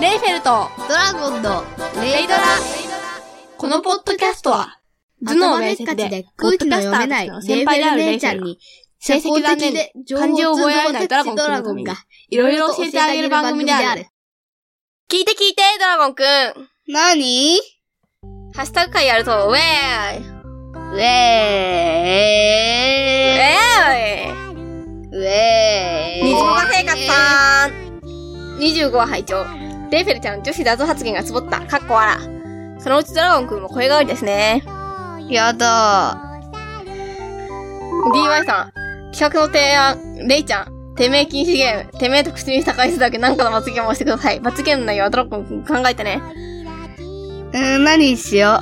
レイフェルトドラゴンのレイドラ。このポッドキャストは、頭脳明晰で、ポッド空気キャのス読タめなーいレのー先ベ輩であルるレ姉イちフェゃルんに、成績残念漢字を覚えられないドラゴンくんのために、いろいろ教えてあげる番組である。。聞いて聞いて、ドラゴンくんなにハッシュタグ会やると、ウェーイウェーイえーウェーイい虹もが生活さん !25 話拝聴レイフェルちゃん女子だぞ発言がつぼった。かっこわら。そのうちドラゴンくんも声変わりですね。やだ DY さん、企画の提案、レイちゃん、てめえ禁止ゲーム、てめえと口にした回数だけなんかの罰ゲームをしてください。罰ゲームの内容はドラゴンくん考えてね。うん、何しよ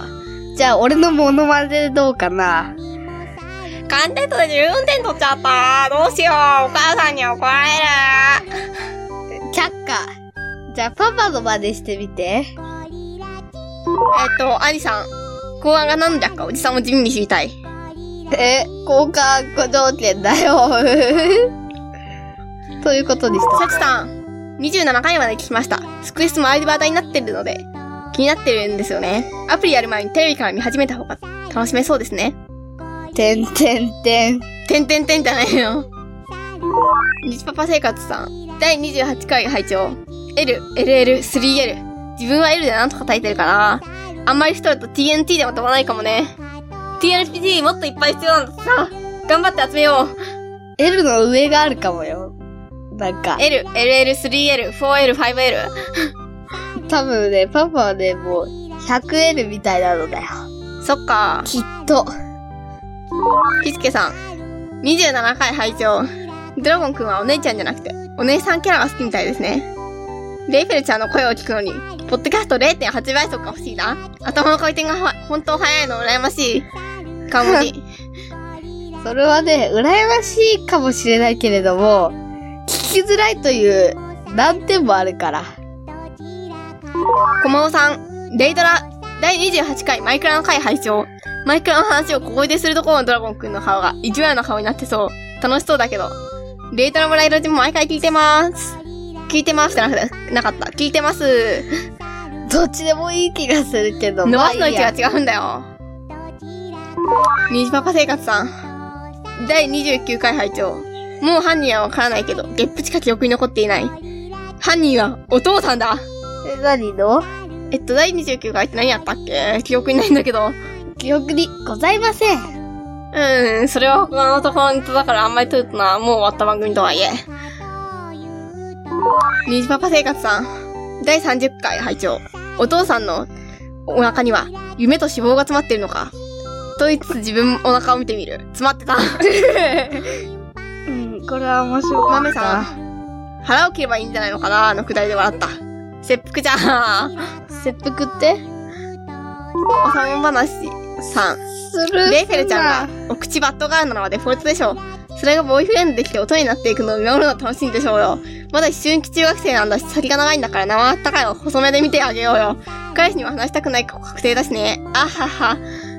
う。じゃあ、俺のモノマネでどうかな。寒天とで14点取っちゃったどうしようお母さんに怒られる却下。じゃあ、パパの真似してみて。えっと、アニさん、公安が何の略かおじさんも地味に知りたい。え、交換ご条件だよ。 ということでしサチさん、27回まで聞きました。スクエストもアイデバータになってるので、気になってるんですよね。アプリやる前にテレビから見始めた方が楽しめそうですね。た。てんてんてん。てんてんてんじゃないよ。日パパ生活さん、第28回拝聴 L、LL、3L。自分は L でなんとか耐えてるかな。あんまり太ると TNT でも飛ばないかもね。TNT もっといっぱい必要なんださ。頑張って集めよう。 L の上があるかもよ。なんか、 L、LL、3L、4L、5L。多分ね、パパはね、もう、100L みたいなのだよ。そっか。きっと。ピスケさん、27回拝聴ドラゴンくんはお姉ちゃんじゃなくて、お姉さんキャラが好きみたいですね。レイフェルちゃんの声を聞くのに、ポッドキャスト0.8倍速が欲しいな。頭の回転がは本当早いの羨ましい。顔文字。それはね、羨ましいかもしれないけれども、聞きづらいという難点もあるから。コマオさん、レイドラ、第28回マイクラの回拝聴マイクラの話を小声でするところのドラゴンくんの顔が、意地悪な顔になってそう。楽しそうだけど。レイドラもライドジも毎回聞いてます。聞いてますってなくてなかった。聞いてます。どっちでもいい気がするけど。伸まばあいすいの位置がや違うんだよ。ニジパパ生活さん。第29回拝聴もう犯人はわからないけど、ゲップしか記憶に残っていない。犯人はお父さんだ。え、何のえっと、第29回って何やったっけ記憶にないんだけど。う記憶にございません。ーん、それは他のところだからあんまり撮るとな、もう終わった番組とはいえ。ニジパパ生活さん。第30回拝聴お父さんのお腹には夢と脂肪が詰まってるのか。と言いつつ自分お腹を見てみる。詰まってた。 うん、これは面白マかメっさた。ん、腹を切ればいいんじゃないのかなあのくだりで笑った。切腹じゃん。切腹っておさん話さん。するレイフェルちゃんが、お口バットガールなのはデフォルトでしょう。それがボーイフレンドできて音になっていくのを見守るのは楽しいんでしょうよ。まだ思春期中学生なんだし、先が長いんだから生あったかいを細めで見てあげようよ。彼氏には話したくないか確定だしね。あはは。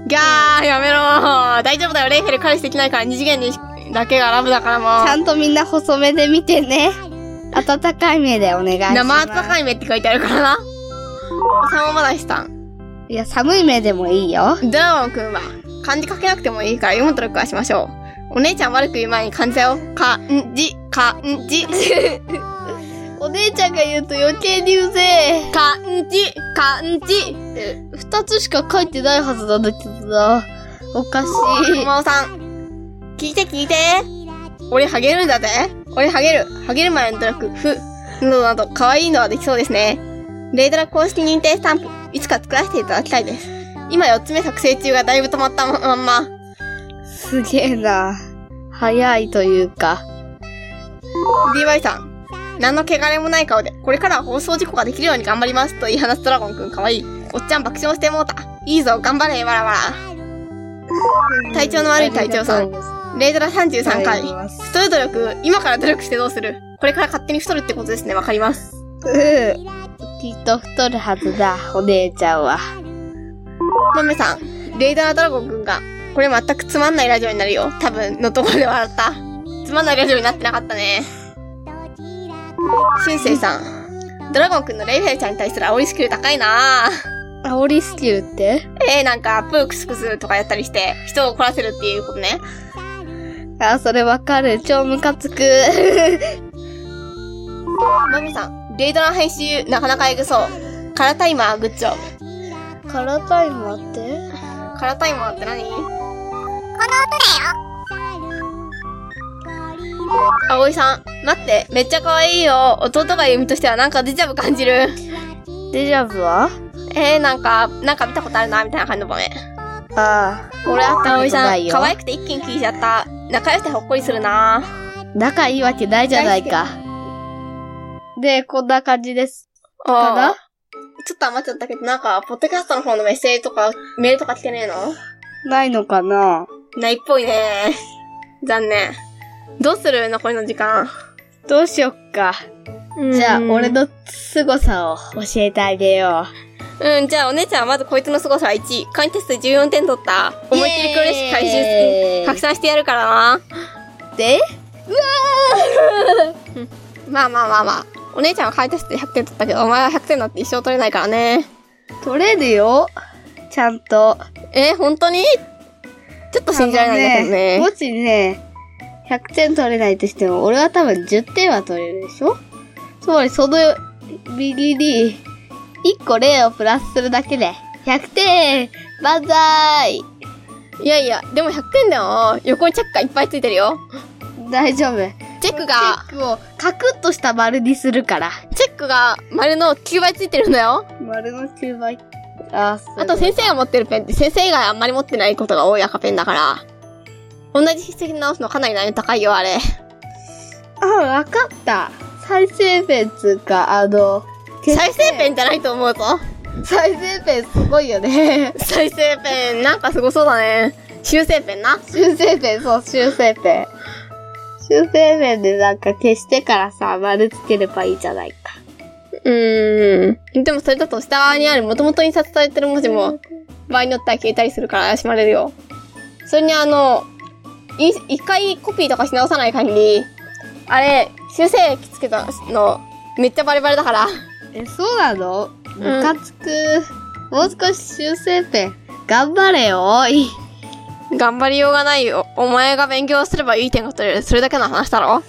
ギャー、やめろー。大丈夫だよ、レイフェル彼氏できないから二次元にだけがラブだからちゃもんとみんな細めで見てね。温かい目でお願いしまう。す。生あったかい目って書いてあるからな。おさん話さん。い。いや、寒い目でもいいよ。ドラゴンくんは漢字書けなくてもいいから読む努力はしましょう。お姉ちゃん悪く言う前に漢字だよ。かんじ、かんじ、お姉ちゃんが言うと余計にうぜえ。かんじ、かんじ。え二つしか書いてないはずなんだけどな。おかしとまおさん、聞いて聞いて。俺ハゲるんだぜ。俺ハゲる。ハゲる前の努力、ふ、などなど可愛いのはできそうですね。レイドラ公式認定スタンプ、いつか作らせていただきたいです。今4つ目作成中がだいぶ止まったまんま。い。 すげえな。早いというか。 DY さん。何の汚れもない顔で、これからは放送事故ができるように頑張ります。と言い放つドラゴンくんかわいい。おっちゃん爆笑してもうた。いいぞ、頑張れ、わらわ体調の悪い隊長さんら。レイドラ33回ありがとうござい。ます太る努力、今から努力してどうするこれから勝手に太るってことですね、わかります。うん。きっと太るはずだ、お姉ちゃんは。マメさん、レイドラドラゴンくんが、これ全くつまんないラジオになるよ。多分、のところで笑った。つまんないラジオになってなかったね。しゅんせいさん、ドラゴンくんのレイフェルちゃんに対する煽りスキル高いなぁ。煽りスキルってえー、なんか、プークスクスとかやったりして、人を怒らせるっていうことね。あ、それわかる。超ムカつ く。マミさん、レイドラ編集、なかなかエグそう。カラタイマー、グッジョブ。カラータイマーってカラタイマーって何この音だよ葵さん、待って、めっちゃ可愛いよ。弟が弓としてはなんかデジャブ感じる。 デジャブはえー、なんか、なんか見たことあるな、みたいな感じの場面。ああ。俺あった葵さん、可可愛い愛くて一気に聞いちゃった。仲良くてほっこりするな仲いいわけないじゃないか。で、こんな感じです。かかなちょっと余っちゃったけど、なんか、ポッドキャストの方のメッセージとか、メールとか来てねえのないのかなないっぽいね残念。どうする残りの時間。どうしよっか。じゃあ、俺。の凄さを教えてあげようん、じゃあお姉ちゃんはまずこいつの凄さは1位。簡易テストで14点取った。う。思いっきりこれし回収して、イエーイ拡散してやるからな。で まあまあまあまあ。お姉ちゃんは簡易テストで100点取ったけど、お前は100点なんて一生取れないからね。取れるよ。ちゃんと。えー、本当にちょっと信じられないんだけどあのね。もしね、100点取れないとしても、俺は多分10点は取れるでしょつまり、その右に、1個例をプラスするだけで、100点万歳いやいや、でも100点だよ。横にチェックがいっぱいついてるよ。大丈夫。チェックチがェ、ックをカクッとした丸にするから。チェックが丸の9倍ついてるんだよ。丸の9倍。あ、あと先生が持ってるペンって先生以外あんまり持ってないことが多い赤ペンだから。同じ筆跡で直すのかなり難易度高いよ、あれ。あ、わかった。再生ペンつうか、あの、再生ペンじゃないと思うぞ。ン再生ペンすごいよね。 再生ペン、なんかすごそうだね。修正ペンな。修正ペン、そう、修正ペン。修正ペンでなんか消してからさ、丸つければいいじゃないか。うーん。でもそれだと下側にある元々印刷されてる文字も場合によっては消えたりするから怪しまれるよ。それにあの、い一回コピーとかし直さない限り、あれ、修正液つけたのめっちゃバレバレだから。え、そうなのムカつく。もう少し修正ペン、頑張れよ、おい。頑張りようがないよ。お前が勉強すればいい点が取れる。それだけの話だろ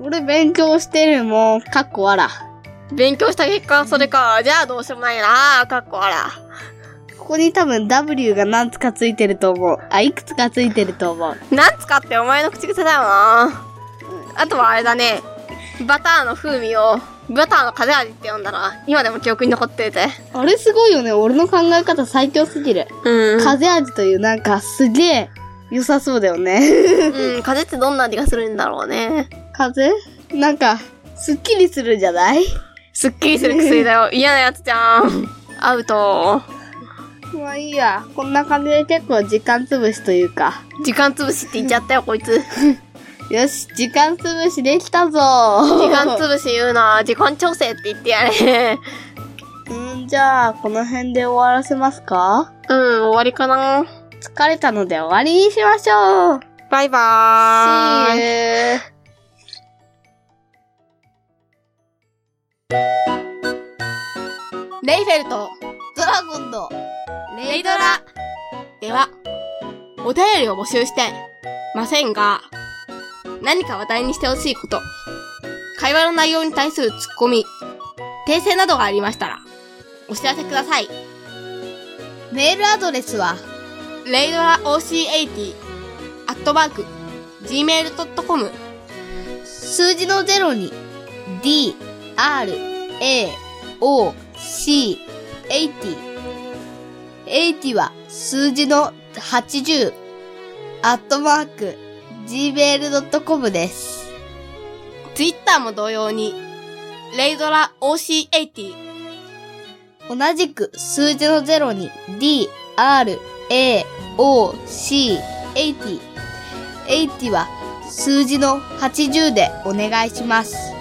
俺勉強してるもん、かっこわら。勉強した結果、それか。じゃあどうしようもないな。かっこあら。ここに多分 W が何つかついてると思う。あ、いくつかついてると思う。なんつかってお前の口癖だよな。あとはあれだね。バターの風味を、バターの風味って呼んだら、今でも記憶に残ってて。あれすごいよね。俺の考え方最強すぎる。うん。風味というなんかすげえ良さそうだよね。う ん、風ってどんな味がするんだろうね。風なんか、すっきりするじゃないすっきりする薬だよ。嫌なやつじゃん。アウト。まあいいや。こんな感じで結構時間つぶしというか。時間つぶしって言っちゃったよ、こいつ。よし、時間つぶしできたぞ時時間つぶし言うな。時間調整って言ってやれ。 うん、じゃあ、この辺で終わらせますかうん、終わりかな。疲れたので終わりにしましょうバイバーイ。 !See you! See レイフェルト、ドラゴンのレイドラ。では、お便りを募集してませんが、何か話題にしてほしいこと、会話の内容に対するツッコミ、訂正などがありましたら、お知らせください。メールアドレスは、レイドラ OC80、アットマーク、gmail.com、数字の0に d, r, a, o, c, 80。80は数字の80。アットマーク、gmail.com です。 Twitter も同様に、レイドラ OC80、同じく数字の0に d, r, a, o, c, 80。80は数字の80でお願いします。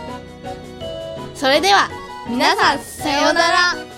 それでは、皆さん、さようなら